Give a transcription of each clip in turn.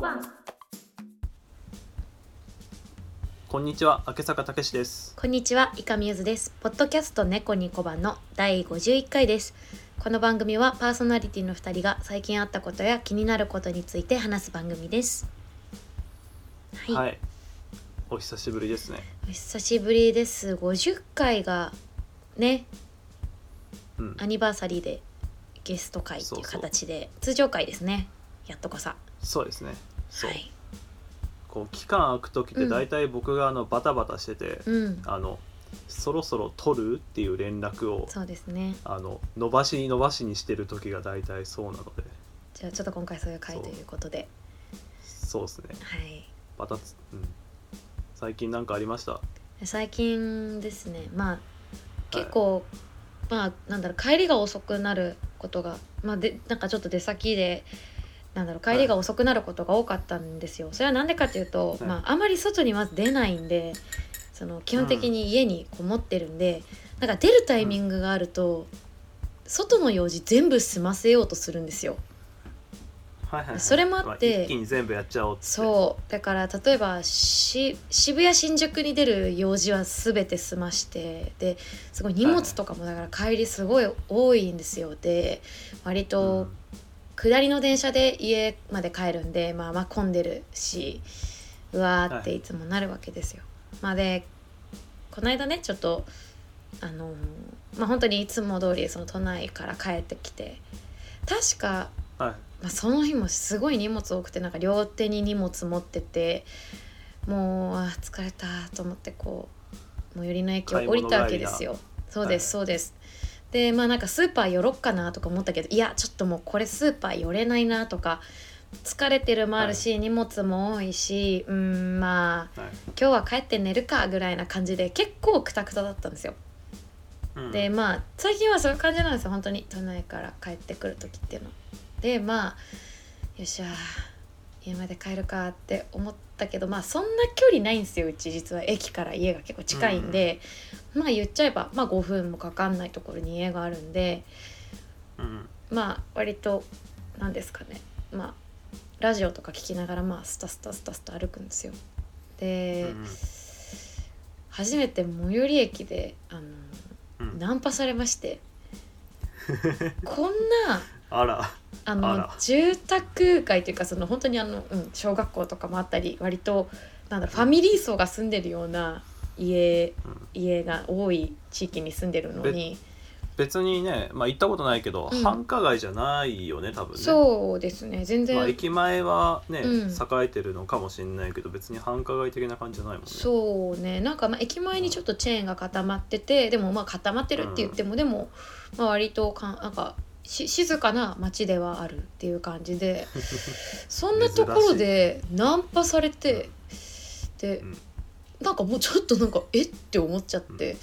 番こんにちは、明坂武史です。こんにちはイカミューズですポッドキャスト猫に小判の第51回ですこの番組はパーソナリティの2人が最近あったことや気になることについて話す番組ですはい、はい。お久しぶりですね。お久しぶりです50回がねうんア。ニバーサリーでゲスト会っていう形で通常会ですねやっとこさそうですね。そう。はいこう期間空く時って大体僕があのバタバタしてて、うんあのそろそろ取るっていう連絡をそうですねあの伸ばしに伸ばしにしてる時が大体そうなので、じゃあちょっと今回そういう回そうということでそうですね。はいバタつ、うん。最近なんかありました。最近ですねまあ結構、まあなんだろう帰りが遅くなることがまあでなんかちょっと出先でなんだろう帰りが遅くなることが多かったんですよ、それはなんでかというと、はいまああまり外にまず出ないんでその基本的に家にこもってるんで、なんか出るタイミングがあると、外の用事全部済ませようとするんですよ。はいはい、はい。それもあってま一気に全部やっちゃおうっつって。そうだから例えばし渋谷新宿に出る用事は全て済ましてですごい荷物とかもだから帰りすごい多いんですよで割うんと下りの電車で家まで帰るんで、まあ、まあ混んでるしうわーっていつもなるわけですよ。まあ、でこの間ねちょっとあのーまあ本当にいつも通りその都内から帰ってきて確かはい。まあ、その日もすごい荷物多くてなんか両手に荷物持っててもうあー疲れたと思ってこう最寄りの駅を降りたわけですよ。そうですそうです。でまあなんかスーパー寄ろっかなとか思ったけどいやちょっともうこれスーパー寄れないなとか疲れてるもあるし、荷物も多いしうーんまあはい。今日は帰って寝るかぐらいな感じで結構クタクタだったんですよ。うんでまあ最近はそういう感じなんですよ本当に都内から帰ってくる時っていうのは。でまあよっしゃ家まで帰るかって思ったけどまあそんな距離ないんですようち実は駅から家が結構近いんで、まあ言っちゃえば、まあ、5分もかかんないところに家があるんでうん。まあ割と何ですかねまあラジオとか聞きながらまあスタスタスタスタ歩くんですよ。で、うんうん初めて最寄り駅であのうん。ナンパされまして こんなあら。ああのら住宅街というかその本当にあの、うん、小学校とかもあったり割となんだファミリー層が住んでるような家うん家が多い地域に住んでるのに、別にね、まあ、行ったことないけど、うん繁華街じゃないよね多分ねそうですね全然、まあ、駅前はね、うん栄えてるのかもしれないけど別に繁華街的な感じじゃないもんねそうねなんかまあ駅前にちょっとチェーンが固まっててでもまあ固まってるって言っても、でも、まあ、割とかんなんかし静かな街ではあるっていう感 じでそんなところでナンパされてで、うんなんかもうちょっとなんかえって思っちゃって、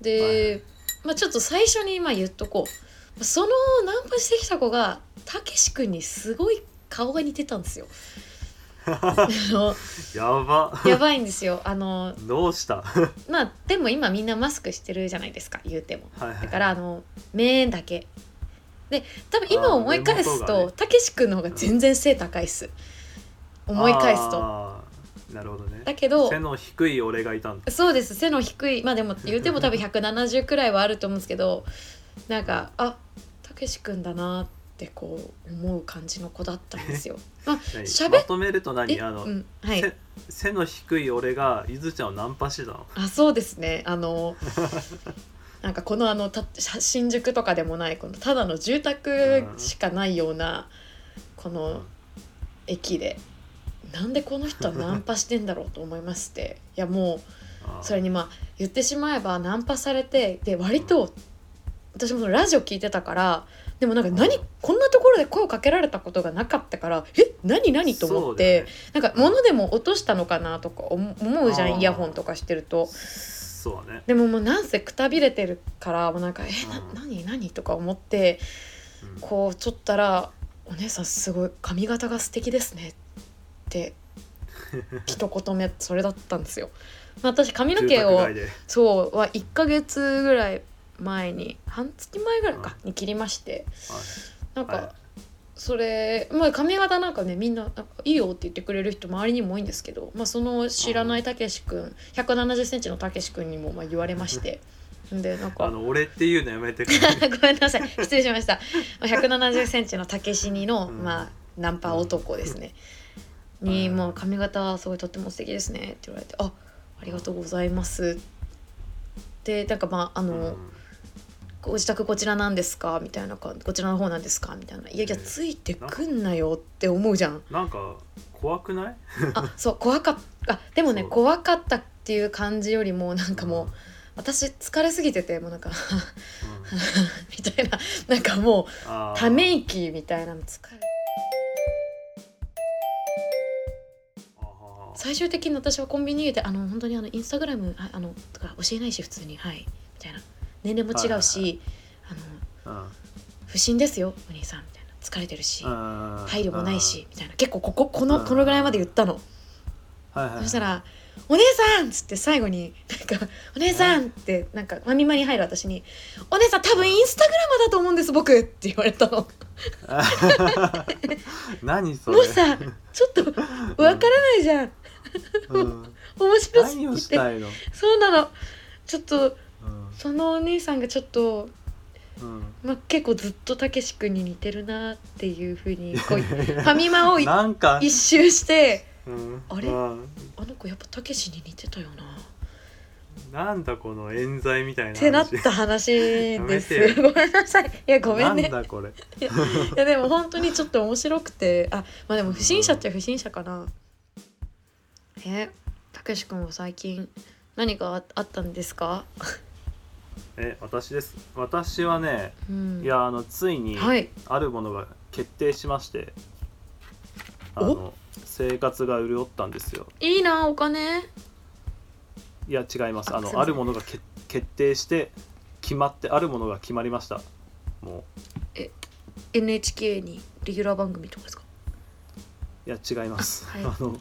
で、まあ、ちょっと最初に今言っとこうそのナンパしてきた子がたけし君にすごい顔が似てたん ですよ。あのやば やばいんですよあのどうしたはまあでも今みんなマスクしてるじゃないですか言うてもいはいだからあの面だけで多分今思い返すあー目元がとねたけし君の方が全然背高いっす思い返すとあーなるほどねだけど背の低い俺がいたんだそうです背の低いまあでも言うても多分170くらいはあると思うんですけどなんかあたけし君だなってこう思う感じの子だった んですよまあ何喋っまとめると何えあの、うんはいせ背の低い俺がゆずちゃんをナンパしてたのあそうですねあの なんかこのあのた新宿とかでもないこのただの住宅しかないようなこの駅でなんでこの人はナンパしてんだろうと思いましていやもあーうそれにまあ言ってしまえばナンパされてで割と私もそのラジオ聞いてたからでもなんか何こんなところで声をかけられたことがなかったからえ何何と思って、なんか物でも落としたのかなとか思思うじゃあーんイヤホンとかしてると。そうだねでももうなんせくたびれてるからもうなんか「えなうん何何?」とか思ってそうだね、こうちょったら「お姉さんすごい髪型が素敵ですね」 って一言目それだったんですよ。まあ私髪うん、の住毛宅を街でそうは1ヶ月ぐらい前に半月前ぐらいかに切りましてなんはい、かはそれ、まあ、髪型なんかねみんな「いいよ」って言ってくれる人周りにも多いんですけど、まあ、その知らないたけし君1 7 0ンチのたけし君にもまあ言われまして。でなんあかの俺っていうのやめてくれ ごめんなさい失礼しました1 7 0ンチのたけしにの、うんまあ、ナンパ男ですね、うんに「うんもう髪型はすごいとっても素敵ですね」って言われて「あありがとうございます」でなんか まああうの、んご自宅こちらなんですかみたいな感じこちらの方なんですかみたいないやいやえーついてくんなよって思うじゃんなんか怖くないあそう怖かったでもねそう怖かったっていう感じよりもなんかもう私疲れすぎててもうなんか うん、うんみたいななんかもうあーため息みたいなの疲れあー最終的に私はコンビニ入れてあの本当にあのインスタグラムああのとか教えないし普通にはいみたいな年齢も違うはしあのうん不審ですよお兄さんみたいな疲れてるし配配慮もないしみたいな結構こここのこのぐらいまで言ったのはいはいそしたら「お姉さん!」っつって最後になんか「お姉さん!」ってなんかまみまに入る私に「お姉さん多分インスタグラマーだと思うんです僕!」って言われたのあ何それもうさちょっとわからないじゃんうん面白す何をぎしてたいのそうなのちょっうとんそのお姉さんがちょっと、うんまあ、結構ずっとたけし君に似てるなっていうふうに こうファミマをいなんか一周してうんあれうんあの子やっぱたけしに似てたよななんだこの冤罪みたいなっ話てなった話でやめすてごめんなさいいやごめんねなんだこれいやでも本当にちょっと面白くてあまあでも不審者っちゃ不審者かな、えたけし君は最近何かああったんですか、え私です私はねうん、いやあのついにはいあるものが決定しまして、おあの生活が潤ったんですよいいなお金いや違いますああのすいあませるんものがけ決定して決まってあるものが決まりましたも NHK にレギュラー番組とかですかういや違います はあ,、いの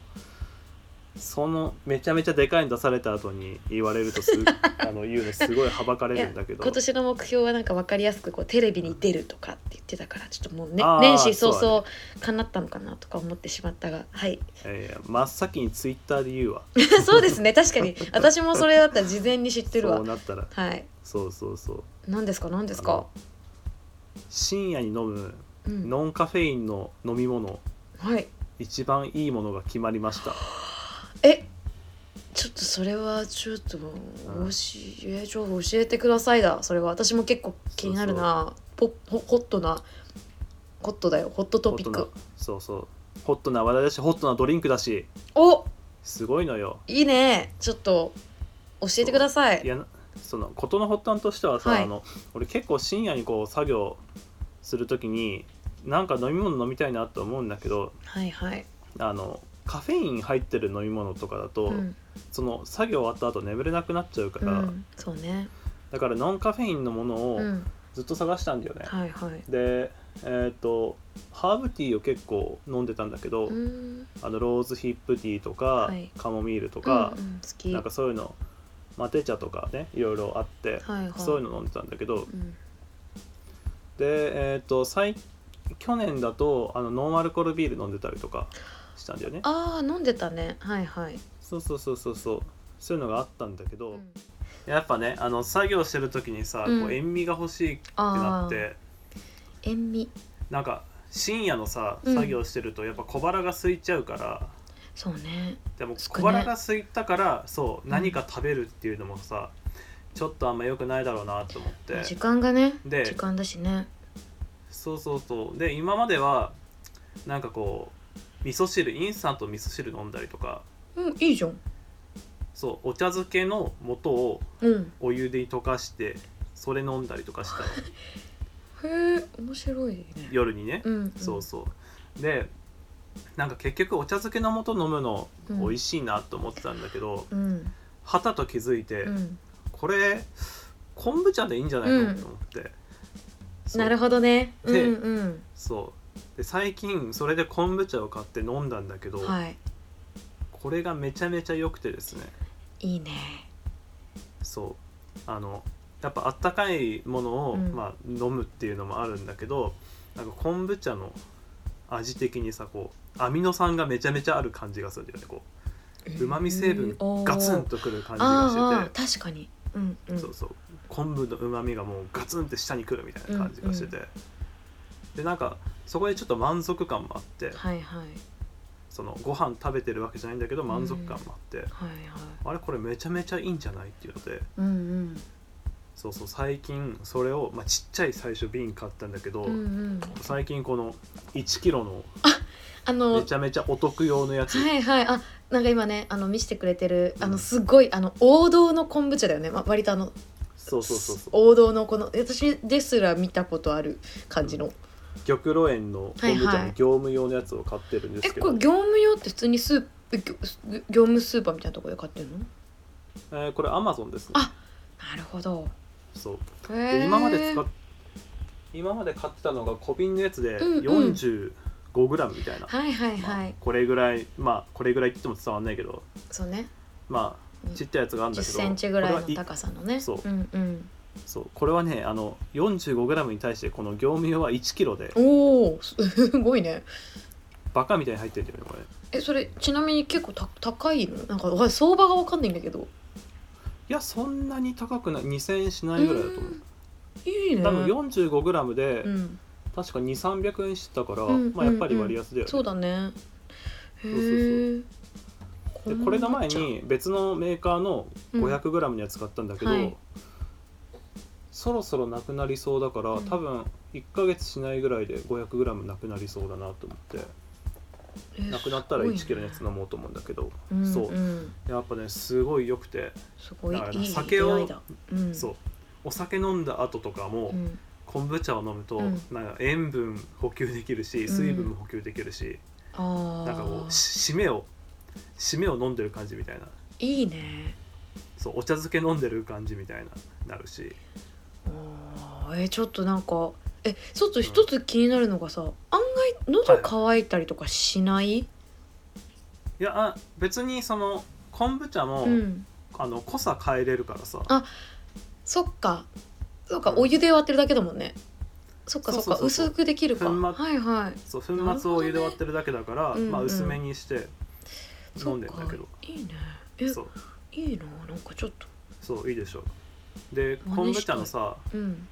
そのめちゃめちゃでかいの出された後に言われるとす あの言うのすごいはばかれいるやんだけど今年の目標はなんか分かりやすくこうテレビに出るとかって言ってたからちょっともうねあー年始早そう々かなったのかなとか思ってしまったがはい えー真っ先にツイッターで言うわそうですね確 かに私もそれだったら事前に知ってるそわうなったらはいそうそうそう何ですか何ですあかの深夜に飲むうんノンカフェインの飲み物はい一番いいものが決まりましたえちょっとそれはちょっと教えちょ教えてくださいだそれは私も結構気になるなポホホットなホットだよホットトピッホックトなそうそうホットな話題だしホットなドリンクだしおすごいのよいいねちょっと教えてくださいいやなその事の発端としてはさ、はいあの俺結構深夜にこう作業するときになんか飲み物飲みたいなと思うんだけどはいはい、あのカフェイン入ってる飲み物とかだと、うんその作業終わった後眠れなくなっちゃうかうら、ん、そうねだからノンカフェインのものをうんずっと探したんだよね、はいはいでえっ、とハーブティーを結構飲んでたんだけど、うんあのローズヒップティーとか、はいカモミールとかうん、うん、好きなんかそういうのマテ茶とかねいろいろあって、はいはいそういうの飲んでたんだけどうんでえっ、と最去年だとあのノンアルコールビール飲んでたりとかしたんだよねあー飲んでたねはいはい、そうそうそうそうそうそういうのがあったんだけど、うんやっぱねあの作業してる時にさ、うんこう塩味が欲しいってなあっーて塩味なんか深夜のさうん作業してるとやっぱ小腹が空いちゃうから、そうねでも少ない小腹が空いたからそう何か食べるっていうのもさ、ちょっとあんま良くないだろうなと思って時間がねで時間だしねそうそうそうで今まではなんかこう味噌汁インスタント味噌汁飲んだりとかうんいいじゃんそうお茶漬けの素をうんお湯で溶かしてそれ飲んだりとかしたのへえ面白いね夜にね、うん、そうそうでなんか結局お茶漬けの素飲むのうん美味しいなと思ってたんだけど、うんはたと気づいて、うん、これ昆布茶でいいんじゃないのと思って、そうなるほどねうでんそうで最近それで昆布茶を買って飲んだんだけど、うんはいこれがめちゃめちゃ良くてですねいいねそうあのやっぱあったかいものを、うんまあ、飲むっていうのもあるんだけどなんか昆布茶の味的にさこうアミノ酸がめちゃめちゃある感じがするんだよねこううまみ成分ガツンとくる感じがしてて確かに、うんうてん、そうそう昆布のうまみがもうガツンって下にくるみたいな感じがしてて、でなんかそこでちょっと満足感もあってはいはいそのご飯食べてるわけじゃないんだけど満足感もあって、はいはいあれこれめちゃめちゃいいんじゃないっていうのでうんそうそう最近それを、まあ、ちっちゃい最初瓶買ったんだけど、うんうんうん最近この1キロのあめのちゃめちゃお得用のやつ、はいはいあなんか今ねあの見せてくれてるあうのんすごいあの王道の昆布茶だよね、ま、割とあのそうそうそうそう王道のこの私ですら見たことある感じの、玉露園の昆布はい茶はのい業務用のやつを買ってるんでえすけど、これ業務用って普通にスープえ業業務スーパーみたいなところで買ってるのなえーこれアマゾンですねあるほど、そうへでー今まで使っ今まで買ってたのが小瓶のやつでうんうん4 5ラムみたいな、はいはいまあはいこれぐらいまあこれぐらいって言っても伝わんないけどそうねまあちっちゃいやつがあるん1だけど0ンチぐらいのこれはい高さのねそうんうんそうこれはねあの4 5ムに対してこの業務用は1キロでおおすごいねバカみたいに入ってるんだよねこれいえそれちなみに結構た高いのなんかわ相場がわかんないんだけどやそんなに高くない2000円しないぐらいだと思ういいね多分4 5ムで、うん、確か2300円してたから、うんまあ、やっぱり割安だよね、そうだねへそうそうえでこれの前に別のメーカーの 500g のやつ買ったんだけど、うんはいそろそろなくなりそうだから、うん多分1ヶ月しないぐらいで 500g なくなりそうだなと思ってなくなったら 1kg のやつ飲もうと思うんだけど、のそうんやっぱねすごい良くて、すごいだからいい酒を出会いだうんそうお酒飲んだ後とかも、うん昆布茶を飲むと、うんなんか塩分補給できるし水分も補給できるし、ああなんかこうし締めを締めを飲んでる感じみたいないいねそうお茶漬け飲んでる感じみたいななるしあーえちょっとなんかえちょっと一つ気になるのがさ、案外喉乾いたりとかしない、いやあ別にその昆布茶も、うんあの濃さ変えれるからさあそっかそっか、うんお湯で割ってるだけだもんねそっかそそうそっかうそうそう薄くできるか粉末はいはいそう粉末を入れ終わってるだけだから、なるほどねまあ、うんうん薄めにしてそ飲っんでんかだけど、いいねえそういいななんかちょっとそういいでしょで真昆似布した茶いのさうん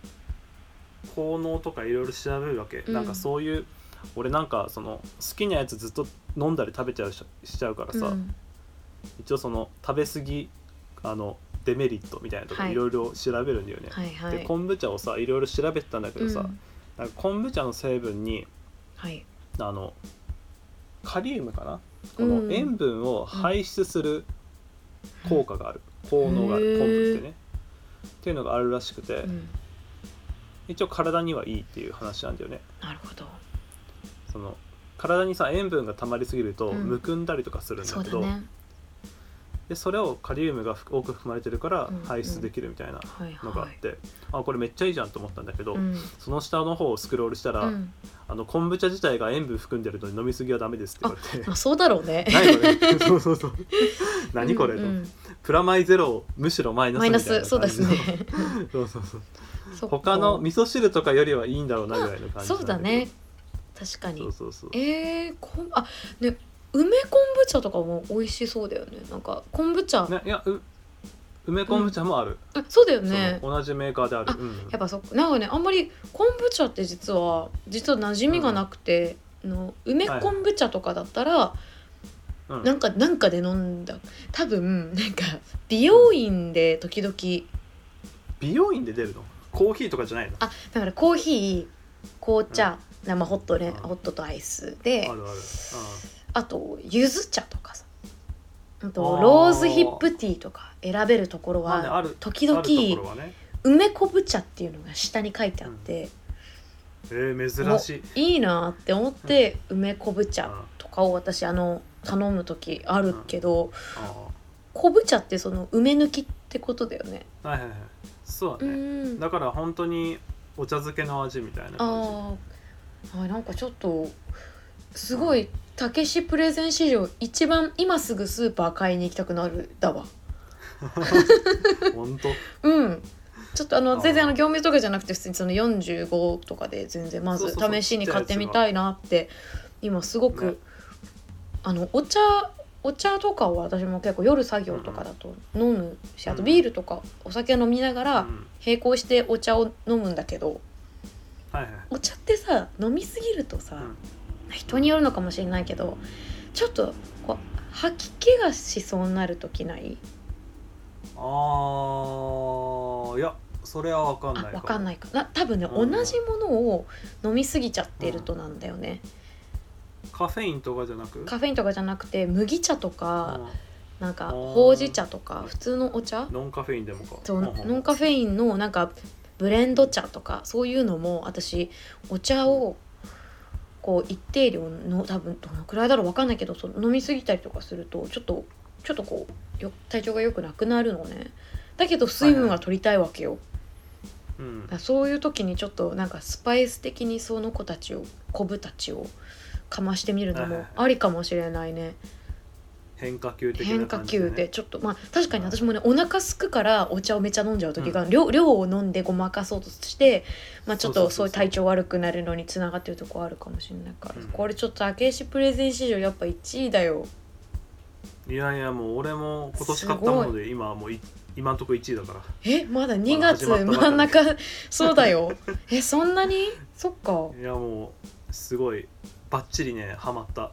効能とかいろいろ調べるわけ、んなんかそういう俺なんかその好きなやつずっと飲んだり食べちゃうししちゃうからさ、うん一応その食べ過ぎあのデメリットみたいなとこはいいろいろ調べるんだよね、はいはいで昆布茶をさいろいろ調べてたんだけどさ、うんなんか昆布茶の成分にはいあのカリウムかなこうんの塩分を排出する効果がある、効能があへるー昆布ってねっていうのがあるらしくて、うん一応体にはいいっていう話なんだよねなるほどその体にさ塩分が溜まりすぎるとうんむくんだりとかするんそだうけだど、ねでそれをカリウムが多く含まれてるからうんうん排出できるみたいなはいのがあはっいて、あこれめっちゃいいじゃんと思ったんだけど、うんその下の方をスクロールしたら、うんあの昆布茶自体が塩分含んでるのに飲みすぎはダメですって言わまあそうだろうねれて何これそうそう そう何これ、うとんうんプラマイゼロむしろマイナスマイみたナいなスそう感でじすの ねそうそうそうそっか他の味噌汁とかよりはいいんだろうなぐらいの感じそうだなんけどね確かにそうそうそうえー、こんあね梅昆布茶とかも美味しそうだよねなんか昆布茶、ねいやう梅昆布茶もある、あそうだよそのね同じメーカーであるあうんやっぱそなんかねあんまり昆布茶って実は実は馴染みがなくて、あの梅昆布茶とかだったら、うんなんかなんかで飲んだ多分なんか美容院で時々美容院で出るのコーヒーとかじゃないのあだからコーヒー紅茶、生ホットね、うんホットとアイスであるある、あと柚子茶とかさあとあーローズヒップティーとか選べるところうん、まあねはある時あ々るところはね梅昆布茶っていうのが下に書いてあって、えー、珍しいいいなって思って梅昆布うん茶あとかを私あの頼む時あるけどあ昆布茶ってその梅抜きってことだよね。はいはいはいそううだね、んだから本当にお茶漬けの味みたいな感あーあーなんかちょっとすごいたけしプレゼン史上一番今すぐスーパー買いに行きたくなるだわじ本当うんちょっとああのー全然あの業務とかじゃなくて普通にその45とかで全然まそうずそうそう試しに買ってみたいなって今すごく、ねあのお茶お茶とかは私も結構夜作業とかだと飲むし、あとうんビールとかお酒飲みながうらん、並行してお茶を飲むんだけどはいはい、お茶ってさ飲みすぎるとさ、人によるのかもしれないけどちょっとこう吐き気がしそうになる時ないああいやそれは分かんないあわかんないいかな多分ね、うん同じものを飲みすぎちゃってるとなんだよね、カフェインとかじゃなくカフェインとかじゃなくて麦茶とか、なんかあーほうじ茶とか普通のお茶うんノンカフェインでもかそうノンフカフェインのなんかブレンド茶とかそういうのも私お茶をこう一定量の多分どのくらいだろうわかんないけどその飲みすぎたりとかするとちょっとちょっとこうよ体調が良くなくなるのねだけど水分は取りたいわけェイよ、ン、うんだからそういう時にちょっとなんかスパイス的にその子たちを昆布たちをかましてみるのはいもはいありかもしれないね変化球的変な化感じね、球でちょっとまあ確かに私もねお腹すくからお茶をめちゃ飲んじゃう時が、量量を飲んでごまかそうとして、まあ、ちょっそうとそうそそうそうういう体調悪くなるのにつながってるとこあるかもしれないから、うんこれちょっと明石プレゼン史上やっぱ1位だよいやいやもう俺も今年買ったもので今はもうい今んとこ1位だからえまだ2まだ月始まったばか真んり中そうだよえそんなにそっかいやもうすごいバッチリねハマった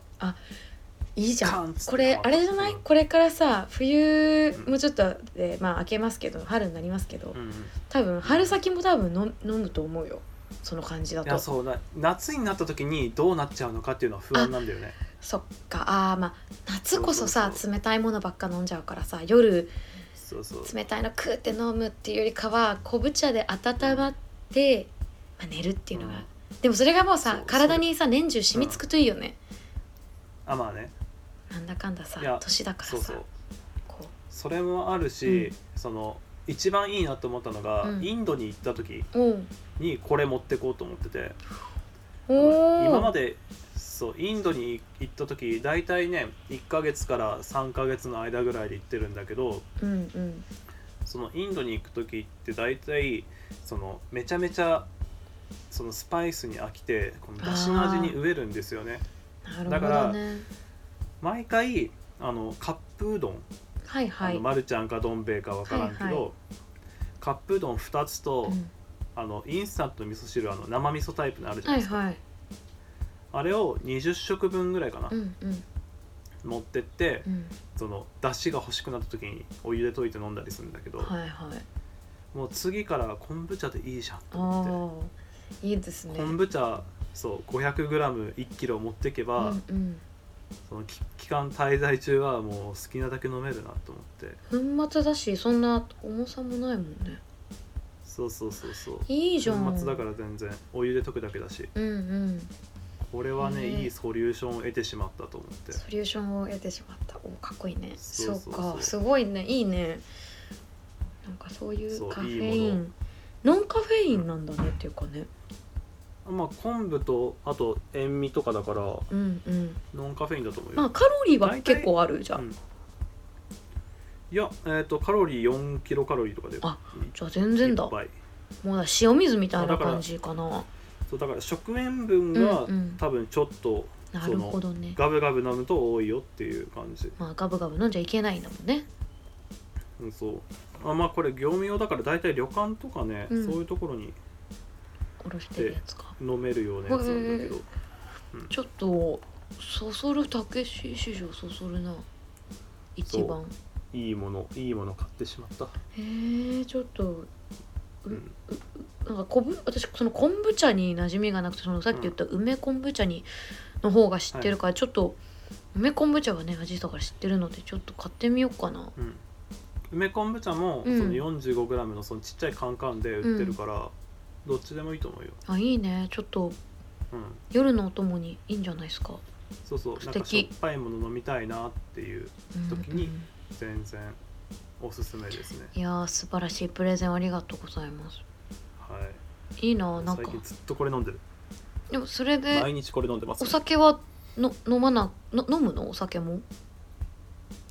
いいじゃカーンんっつってこれあれじゃないうんこれからさ冬うんもうちょっとでまあ明けますけど春になりますけどうんうん多分春先も多分飲む飲むと思うよその感じだいとやそうな夏になった時にどうなっちゃうのかっていうのは不安なんだよねそっかあーまあ夏こそそさうそう冷たいものばっか飲んじゃうからさ夜そうそう冷たいの食って飲むっていうよりかは昆布茶で温まって、まあ、寝るっていうのが、でもそれがもうそうさそう体にさ年中染みつくといいよね、あまあねなんだかんださいや年だからさそうそうこそれもあるし、うんその一番いいなと思ったのが、うんインドに行った時ううんにこれ持ってこうと思ってておお今までそうインドに行った時大体ね1ヶ月から3ヶ月の間ぐらいで行ってるんだけどうんうんそのインドに行く時って大体そのめちゃめちゃそのスパイスに飽きてこのだしの味に飢えるんですよねだなるかほどらね毎回あのカップうどん、はいはあいのまるちゃんかどん兵衛かわからんけど、はいはいカップうどん2つと、うんあのインスタントの味噌汁あの生味噌タイプのあるじゃなはいいですか、はいあれを20食分ぐらいかな、うんうん持ってってうんその出汁が欲しくなった時にお湯で溶いて飲んだりするんだけど、はいはいもう次からは昆布茶でいいじゃんと思ああいいですっねて昆布茶そう 500g1kg 持ってけば、うんその期期間滞在中はもう好きなだけ飲めるなと思ってうん、粉末だしそんな重さもないもんねそうそうそうそういいじゃん粉末だから全然お湯で溶くだけだしうんうんこれはね、ねいいソリューションを得てしまったと思ってソリューションを得てしまったおかっこいいねそうそうそうっかすごいねいいねなんかそういそううカフェいイいンものノンカフェインなんだねっていうかねまあ昆布とあと塩味とかだからうんうんノンカフェインだと思うよ、まあカロリーは結構あるじゃん、うんいや、えー、とカロリー4キロカロリーとかであじゃあ全然だいっぱいもうだ塩水みたいあだなから感じかなそうだから食塩分が、うんうん多分ちょっとなるほどねガブガブ飲むと多いよっていう感じ、まあガブガブ飲んじゃいけないんだもんねうん、そうあまあこれ業務用だから大体旅館とかね、うんそういうところにおろしてるやつか飲めるようなやつなんだけど、ちょっとそそるたけし市場そそるな一番いいものいいもの買ってしまった、へえちょっとううんん、なんか昆布私その昆布茶に馴染みがなくてそのさっき言った梅昆布茶にの方が知ってるから、ちょっと梅昆布茶はね味だから知ってるのでちょっと買ってみようかなうん、梅昆布茶も、うんその 45g のそのちっちゃいカンカンで売ってるから、どっちでもいいと思うよ、あいいねちょっとうん、夜のお供にいいんじゃないですか、そうそう素なん敵かしょっぱいもの飲みたいなっていううん時にうん全然おすすめですねいやー素晴らしいプレゼンありがとうございますはいいいななん最か近ずっとこれ飲んでるでもそれで毎日これ飲んでます、お酒はの飲まなの飲むのお酒も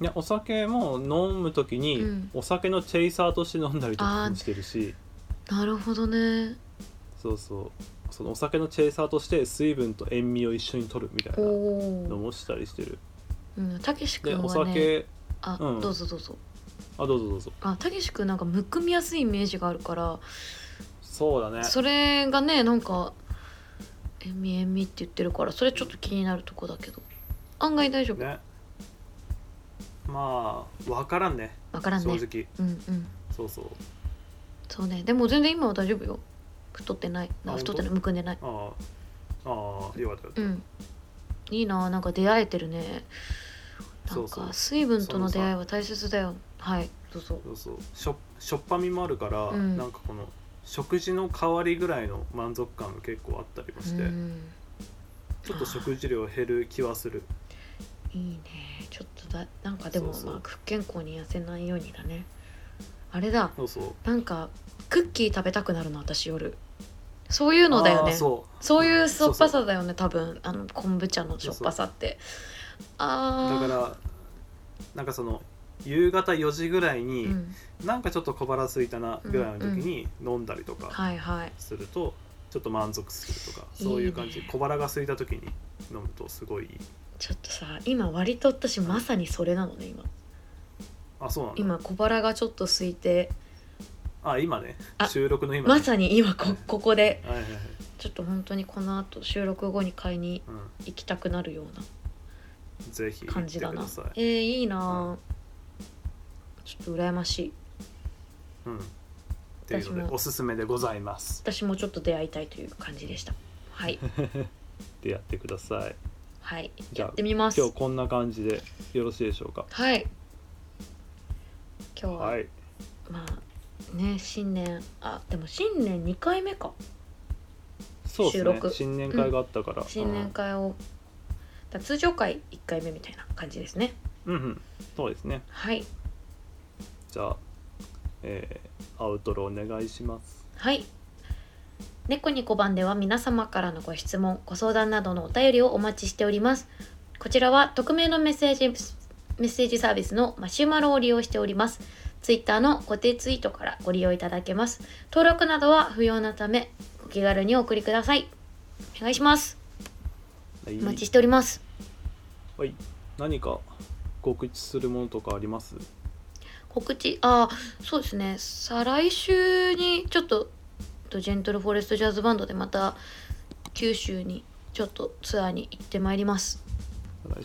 いやお酒も飲む時に、うんお酒のチェイサーとして飲んだりとあかーしてるしなるほどねそうそうそのお酒のチェイサーとして水分と塩味を一緒に取るみたいおなのおもしたりしてるうんたけしで君おはね酒あ、うんどうぞどうぞあどうぞどうぞあたけし君なんかむくみやすいイメージがあるからそうだねそれがねなんか「えみえみ」って言ってるからそれちょっと気になるとこだけど案外大丈夫ねまあ分からんねわからん正ね直うんうんそうそうそうねでも全然今は大丈夫よ太ってないなんあか太ってない本むくんでないああああよかったよかっうんいいななんか出会えてるねなそんうそうか水分との出会いは大切だよはいどうぞたそうそうしょしょっぱみもあるから、うんなんかこの食事の代わりぐらいの満足感が結構あったりもして、うんちょっと食事量減る気はするいいねちょっとだなんかでもそうそうまあ不健康に痩せないようにだねあれだそうそうなんかクッキー食べたくなるの私夜そういうのだよあねあそうそういうんしょっぱそうさだよね多分あの昆布茶のしょっぱさってそうあだあからなんかその夕方4時ぐらいに、うん、なんかちょっと小腹空いたなぐらいの時に飲んだりとかはいはいすると、ちょっと満足するとかいいねそういう感じ小腹が空いた時に飲むとすごいいいちょっとさ今割と私まさにそれなのね今あそうなんだ今小腹がちょっと空いてあ今ねあ収録の今、ね、まさに今こここではいはいはい、ちょっと本当にこの後収録後に買いにう、行きたくなるようなんぜひ行感ってじだくなださえい、ー、いいなあ、ちょっと羨ましいうん、っていう私のでもおすすめでございます私もちょっと出会いたいという感じでしたはい でやってくださいはいじゃあやってみます今日こんな感じでよろしいでしょうかはい今日は、はいまあね新年あでも新年2回目かそうで収すね録新年会があったから、うん、新年会を、だ通常会1回目みたいな感じですねうんうんそうですねはいじゃあ、えー、アウトロお願いしますはい。猫に小判では皆様からのご質問、ご相談などのお便りをお待ちしております。こちらは匿名のメッセージメッセージサービスのマシュマロを利用しております。ツイッターの固定ツイートからご利用いただけます。登録などは不要なため、お気軽にお送りください。お願いします。はいお待ちしております。はい何か告知するものとかあります告知、あーそうですね。再来週にちょっと、とジェントルフォレストジャズバンドでまた九州にちょっとツアーに行ってまいります。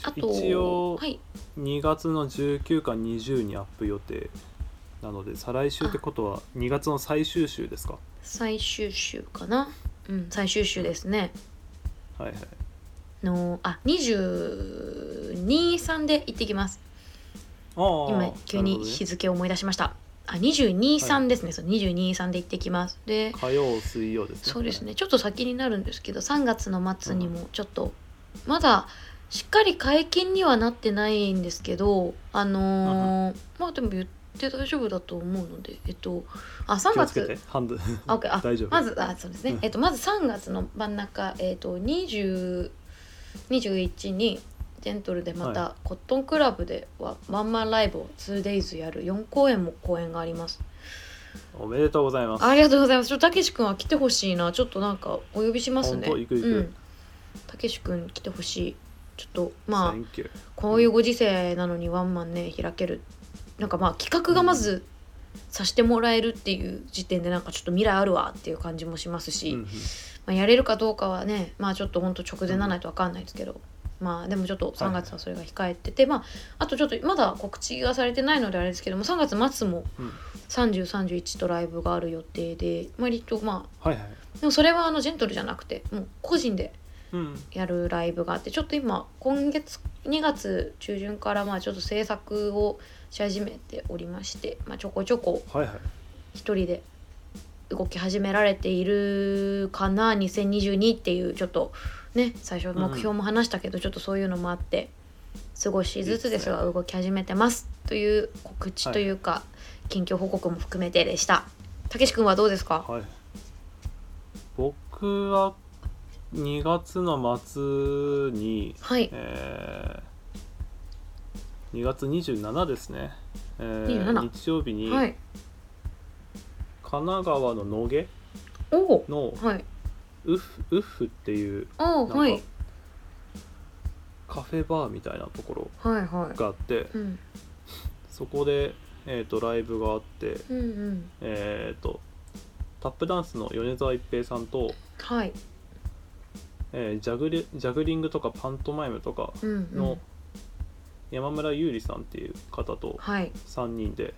あと一応はい、 2月の19か20にアップ予定なので再来週ってことは2月の最終週ですか最終週かな。うん、最終週ですね。はいはいのあ、二十二三で行ってきます。あー今急なるほにどね日付を思い出しました。あ、二十二三ですね。そう二十二三で行ってきます。で、火曜水曜ですねそうですね。ちょっと先になるんですけど、三月の末にもちょっと、まだしっかり解禁にはなってないんですけど、あのーまあでも言って大丈夫だと思うので、えっと、あ、三気をつ月けてハンドあ OK あ大丈夫まずあそうですね、うんえっと、まず3月の真ん中、えっと、20 21にジェントルでまた、コットンクラブではワンマンライブを 2days やる4公演も公演がありますおめでとうございますありがとうございますちょっとたけし君は来てほしいなちょっとなんかお呼びしますね本当行く行くうん、たけし君来てほしいちょっとまあ Thank you こういうご時世なのにワンマンね開けるなんかまあ企画がまずさしてもらえるっていう時点でなんかちょっと未来あるわっていう感じもしますし、うんうんまあ、やれるかどうかはねまあちょっとほんと直前ならないと分かんないですけど、まあでもちょっと3月はそれが控えてて、まああとちょっとまだ告知がされてないのであれですけども3月末もうん3031とライブがある予定で割とまあはいはいでもそれはあのジェントルじゃなくてもう個人でうんやるライブがあってちょっと今今月2月中旬からまあちょっと制作をし始めておりまして、まあ、ちょこちょこはいはい一人で動き始められているかな2022っていうちょっとね最初目標も話したけど、ちょっとそういうのもあって少しずつですがいいです動き始めてますという告知というか、近況報告も含めてでした。たけし君はどうですかはい僕は2月の末にはいえー、2月27ですね、えー27日曜日にはい神神奈川の野毛おおのはいウッフウッフっていうおおなはんいかカフェバーみたいなところはいはいがあってうんそこで、えー、とライブがあってうんうんえっ、とタップダンスの米沢一平さんと、はいえージャグリジャグリングとかパントマイムとかうんうんの山村優里さんっていう方とはい3人で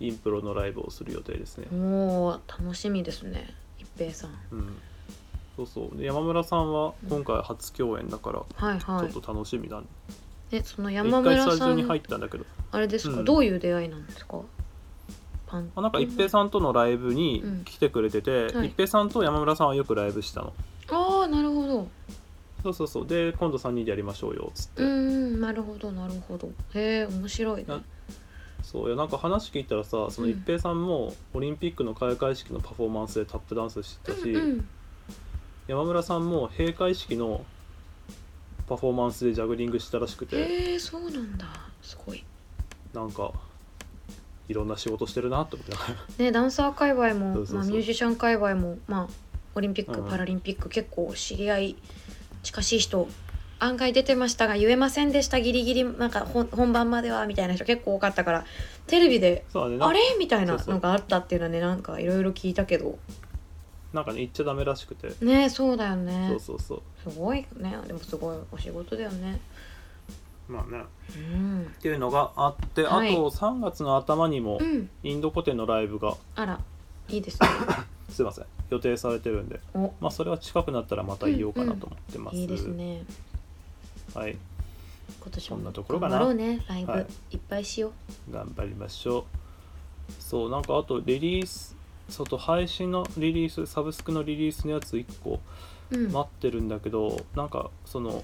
インプロのライブをする予定ですね、おー楽しみですね一平さんうん、そうそうで山村さんは今回初共演だからはいはいちょっと楽しみだね、えそので山一回村スタさジオに入んったんだけどあれですか、うんどういう出会いなんですかパンあなんか一平さんとのライブにうん来てくれてて、はい一平さんと山村さんはよくライブしたのああなるほどそうそうそうで今度3人でやりましょうよっつって、うーんなるほどなるほどへえ面白いねなそういやなんか話聞いたらさそのうん一平さんもオリンピックの開会式のパフォーマンスでタップダンスしてたし、うん山村さんも閉会式のパフォーマンスでジャグリングしたらしくうん、てへえそうなんだすごいなんかいろんな仕事してるなって思って ねダンサー界隈もそうそうそうまあ、ミュージシャン界隈も、まあ、オリンピック、うんパラリンピック結構知り合い近しい人案外出てましたが言えませんでしたギリギリなんか本本番まではみたいな人結構多かったからテレビでそうだね「なあれ?」みたいなそうそうのがあったっていうのはねなんかいろいろ聞いたけどなんかね言っちゃダメらしくて、ねそうだよねそうそうそうすごいねでもすごいお仕事だよねまあねうん、っていうのがあって、はいあと3月の頭にもうん、インドコテのライブがあらいいです ねすいません予定されてるんで、おまあ、それは近くなったらまた言おうかなと思ってます、いいですねはい今年そんもなところ頑か張なろうねライブ、はいい、っぱいしよう頑張りましょうそうなんかあとリリースそうと配信のリリースサブスクのリリースのやつ1個うん、待ってるんだけど、なんかその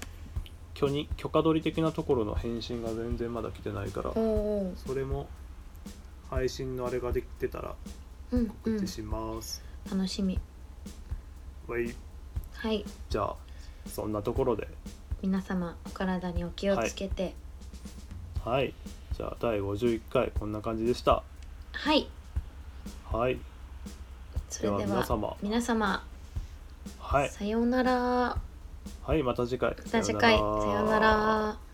許に許可取り的なところの返信が全然まだ来てないからおおそれも配信のあれができてたらうんう告ん知します、楽しみはいはいじゃあそんなところで皆様お体にお気をつけてはいじゃあ第51回こんな感じでしたはい、はいそでれはで皆は様皆様、はいさようならはいまた次回また次回さようなら